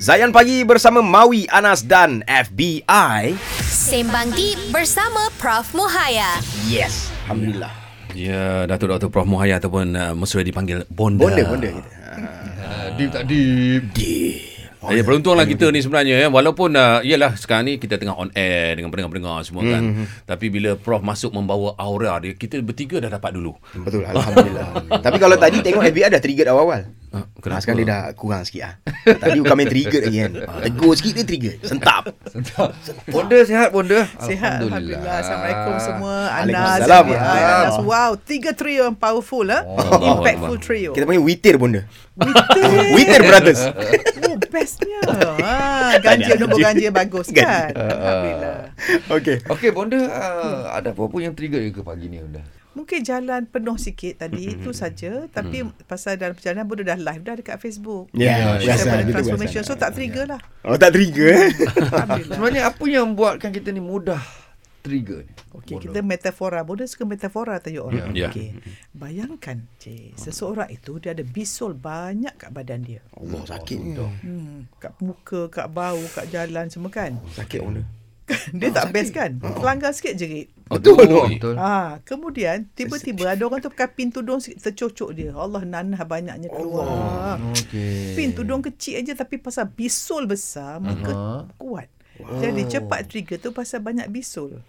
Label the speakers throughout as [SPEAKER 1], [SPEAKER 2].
[SPEAKER 1] Zayan Pagi bersama Maui Anas dan FBI.
[SPEAKER 2] Sembang Deep bersama Prof Muhaya.
[SPEAKER 1] Yes. Alhamdulillah.
[SPEAKER 3] Ya, Datuk Dr. Prof Muhaya ataupun uh, mesra dipanggil Bonda. Ah.
[SPEAKER 1] Bonda, bonda kita.
[SPEAKER 4] Deep tak deep
[SPEAKER 3] Oh, ya, beruntunglah kita ni sebenarnya ya. Walaupun uh, yalah sekarang ni kita tengah on air dengan pendengar-pendengar semua kan.
[SPEAKER 1] Hmm,
[SPEAKER 3] Tapi bila Prof masuk membawa aura dia, kita bertiga dah dapat dulu.
[SPEAKER 1] Ha, Betul, Alhamdulillah. Tapi kalau tadi tengok FBI dah triggered awal-awal.
[SPEAKER 3] Ah,
[SPEAKER 1] Kenapa?
[SPEAKER 3] kenapa?
[SPEAKER 1] Nah, sekarang dia dah kurang sikit ah. Tadi bukan main trigger lagi kan. Tegur sikit dia trigger. Sentap.
[SPEAKER 4] Bonda sihat bonda
[SPEAKER 5] Sihat Alhamdulillah Assalamuaikum semua Ah, Anas
[SPEAKER 1] Waalaikumsalam.
[SPEAKER 5] Anas, Anas ya, Wow Tiga trio yang powerful eh?
[SPEAKER 3] Allah
[SPEAKER 5] Impactful
[SPEAKER 3] Allah.
[SPEAKER 5] trio
[SPEAKER 1] Oh, Kita panggil Witir bonda.
[SPEAKER 5] Witir
[SPEAKER 1] Witir brothers.
[SPEAKER 5] Oh bestnya ha, Ganjil
[SPEAKER 1] ada
[SPEAKER 5] nombor
[SPEAKER 1] ganjil.
[SPEAKER 5] ganjil bagus kan
[SPEAKER 1] Ah,
[SPEAKER 5] Alhamdulillah
[SPEAKER 1] Okey.
[SPEAKER 4] Okey bonda uh, Ada apa-apa yang trigger ke pagi ni bonda
[SPEAKER 5] Mungkin jalan penuh sikit tadi Itu saja Tapi pasal dalam perjalanan Bodoh dah live dah dekat Facebook
[SPEAKER 1] Ya, biasa,
[SPEAKER 5] Daripada
[SPEAKER 1] gitu
[SPEAKER 5] transformation
[SPEAKER 1] biasa.
[SPEAKER 5] So tak trigger lah
[SPEAKER 1] Oh tak trigger eh.
[SPEAKER 5] Alhamdulillah
[SPEAKER 4] Sebenarnya apa yang buatkan kita ni mudah trigger ni
[SPEAKER 5] Okey, kita metafora. Bodoh suka metafora tanya orang.
[SPEAKER 3] Ya.
[SPEAKER 5] Okey. Bayangkan, cik, seseorang itu dia ada bisul banyak kat badan dia.
[SPEAKER 1] Allah sakit ni.
[SPEAKER 5] Hmm, kat muka, kat bau, kat jalan semua kan.
[SPEAKER 1] Sakit bonda.
[SPEAKER 5] Dia tak best kan? Langgar sikit jerit.
[SPEAKER 1] Betul,
[SPEAKER 4] Aduh,
[SPEAKER 1] betul.
[SPEAKER 5] Ha, kemudian tiba-tiba ada orang tu pakai pin tudung sikit, tercocok dia. Allah nanah banyaknya keluar.
[SPEAKER 4] Okey
[SPEAKER 5] Pin tudung kecil aja tapi pasal bisul besar maka
[SPEAKER 4] Aha.
[SPEAKER 5] kuat. Jadi cepat trigger tu pasal banyak bisul.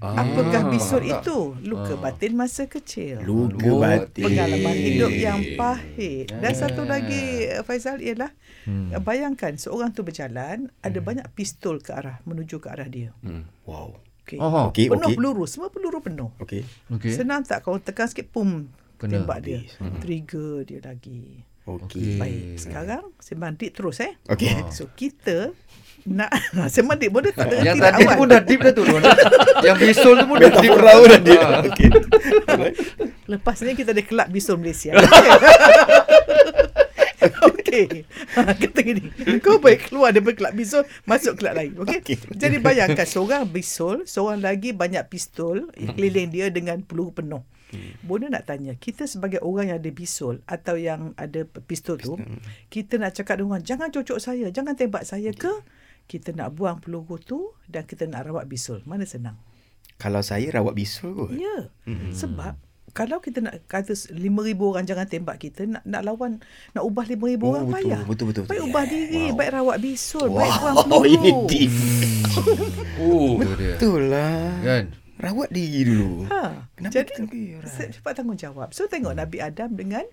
[SPEAKER 5] Apakah bisul itu? Luka batin masa kecil.
[SPEAKER 1] Luka batin.
[SPEAKER 5] pengalaman hidup yang pahit. Dan
[SPEAKER 4] Ya.
[SPEAKER 5] satu lagi eh, Faizal ialah hmm. bayangkan seorang tu berjalan ada
[SPEAKER 4] Hmm.
[SPEAKER 5] banyak pistol ke arah menuju ke arah dia.
[SPEAKER 1] Wow.
[SPEAKER 5] Okey.
[SPEAKER 4] Aha.
[SPEAKER 1] Okey,
[SPEAKER 5] penuh
[SPEAKER 1] okey.
[SPEAKER 5] peluru, semua peluru penuh.
[SPEAKER 1] Okey.
[SPEAKER 4] Okey
[SPEAKER 5] Senang tak kalau tekan sikit pum
[SPEAKER 4] Kena. Hmm.
[SPEAKER 5] tembak dia. Trigger dia lagi.
[SPEAKER 1] Okey.
[SPEAKER 5] Baik, sekarang sembang dik terus eh.
[SPEAKER 1] Okey.
[SPEAKER 5] So kita nak sembang dik boleh tak
[SPEAKER 4] Yang
[SPEAKER 5] dengar
[SPEAKER 4] tadi
[SPEAKER 5] awal.
[SPEAKER 4] pun dah deep dah tu bonda Yang bisul tu pun dah deep
[SPEAKER 1] Metafora pun dah deep. Okey.
[SPEAKER 5] Lepas ni kita ada kelab bisul Malaysia. Okey. Okey. Ha, kata gini. Kau boleh keluar daripada kelab bisul, masuk kelab lain. Okey.
[SPEAKER 1] Okey.
[SPEAKER 5] Okay. Jadi bayangkan seorang bisul, seorang lagi banyak pistol keliling dia dengan peluru penuh. Bona nak tanya, kita sebagai orang yang ada bisul atau yang ada p- pistol tu, kita nak cakap dengan orang, jangan cocok saya, jangan tembak saya ke? Kita nak buang peluru tu dan kita nak rawat bisul. Mana senang?
[SPEAKER 1] Kalau saya rawat bisul kot.
[SPEAKER 5] Ya. Mm-hmm. Sebab kalau kita nak kata s- 5,000 orang jangan tembak kita, nak nak lawan, nak ubah 5,000
[SPEAKER 1] Oh,
[SPEAKER 5] orang
[SPEAKER 1] betul,
[SPEAKER 5] payah.
[SPEAKER 1] betul, betul, betul.
[SPEAKER 5] Baik ubah diri, wow. baik rawat bisul, wow. baik buang
[SPEAKER 1] Wow,
[SPEAKER 5] peluru.
[SPEAKER 1] ini deep.
[SPEAKER 3] Oh,
[SPEAKER 4] Betul dia
[SPEAKER 1] Betul lah.
[SPEAKER 4] Kan?
[SPEAKER 1] Rawat diri dulu.
[SPEAKER 5] Ha.
[SPEAKER 1] Kenapa
[SPEAKER 5] Jadi
[SPEAKER 1] kita pergi orang?
[SPEAKER 5] se- cepat tanggungjawab. So tengok
[SPEAKER 1] Hmm.
[SPEAKER 5] Nabi Adam dengan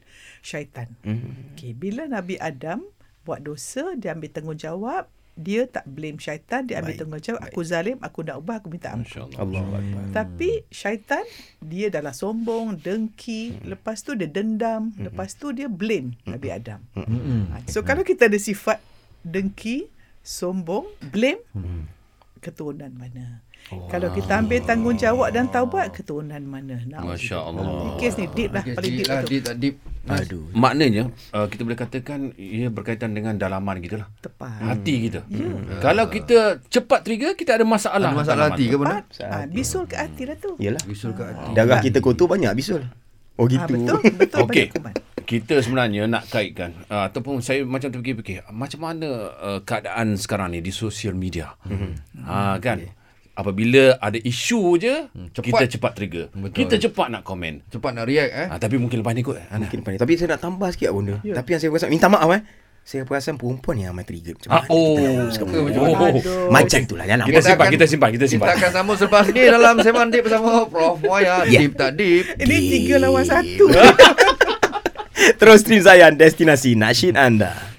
[SPEAKER 5] syaitan. Mm. Okey, bila Nabi Adam buat dosa, dia ambil tanggungjawab, dia tak blame syaitan, dia ambil
[SPEAKER 1] Baik,
[SPEAKER 5] tanggungjawab, aku zalim, aku nak ubah, aku minta ampun.
[SPEAKER 3] insya-Allah.
[SPEAKER 1] Allah Akbar.
[SPEAKER 5] Tapi syaitan dia dalam sombong, dengki,
[SPEAKER 1] Hmm.
[SPEAKER 5] lepas tu dia dendam, lepas tu dia blame Nabi Adam.
[SPEAKER 1] Hmm.
[SPEAKER 5] Ha, So kalau kita ada sifat dengki, sombong, blame,
[SPEAKER 1] Hmm.
[SPEAKER 5] keturunan mana? Kalau kita ambil tanggungjawab dan taubat, keturunan mana? Nah,
[SPEAKER 3] Masya Allah.
[SPEAKER 5] Kes ni deep lah,
[SPEAKER 4] Okey,
[SPEAKER 5] paling
[SPEAKER 4] deep
[SPEAKER 5] deep
[SPEAKER 4] lah
[SPEAKER 5] lah tu.
[SPEAKER 4] deep tak deep
[SPEAKER 1] Aduh.
[SPEAKER 3] Maknanya uh, kita boleh katakan ia berkaitan dengan dalaman kita lah.
[SPEAKER 4] Hmm?
[SPEAKER 1] Hmm.
[SPEAKER 5] Tepat.
[SPEAKER 3] Hati kita. Kalau kita cepat trigger kita ada masalah.
[SPEAKER 4] Ada masalah
[SPEAKER 3] dalaman
[SPEAKER 4] hati ke
[SPEAKER 3] tu.
[SPEAKER 4] bonda?
[SPEAKER 5] Tepat. Ha, bisul ke hati lah tu.
[SPEAKER 1] Yalah.
[SPEAKER 4] Bisul kat hati
[SPEAKER 1] Darah kita kotor banyak bisul. Oh gitu.
[SPEAKER 5] Ha, betul, betul.
[SPEAKER 3] Okey.
[SPEAKER 5] banyak kuman.
[SPEAKER 3] Kita sebenarnya nak kaitkan uh, ataupun saya macam terfikir-fikir macam mana uh, keadaan sekarang ni di sosial media. Mm-hmm. Ha kan. Apabila ada isu je
[SPEAKER 4] cepat.
[SPEAKER 3] cepat. kita cepat trigger.
[SPEAKER 4] Betul.
[SPEAKER 3] Betul. Kita cepat nak komen.
[SPEAKER 4] Cepat nak react eh
[SPEAKER 3] Ha, tapi mungkin lepas ni kot. Ana.
[SPEAKER 1] Mungkin pandai. Tapi saya nak tambah sikit lah benda.
[SPEAKER 3] Ya.
[SPEAKER 1] Yeah. Tapi yang saya perasan, minta maaf eh. Saya perasan perempuan yang amat trigger. Macam
[SPEAKER 3] Ah,
[SPEAKER 1] mana
[SPEAKER 3] oh.
[SPEAKER 1] kita nak cakap benda
[SPEAKER 3] Oh.
[SPEAKER 1] tu?
[SPEAKER 5] Aduh.
[SPEAKER 1] Macam itulah ya lah. jalan.
[SPEAKER 3] Kita simpan,
[SPEAKER 4] akan-
[SPEAKER 3] kita simpan, kita simpan.
[SPEAKER 4] Kita akan sama selepas ni dalam Seman Deep bersama Prof Moya.
[SPEAKER 1] Ya.
[SPEAKER 4] Deep tak deep.
[SPEAKER 5] Ini tiga lawan satu.
[SPEAKER 1] Terus stream Zayan, destinasi nasyid anda.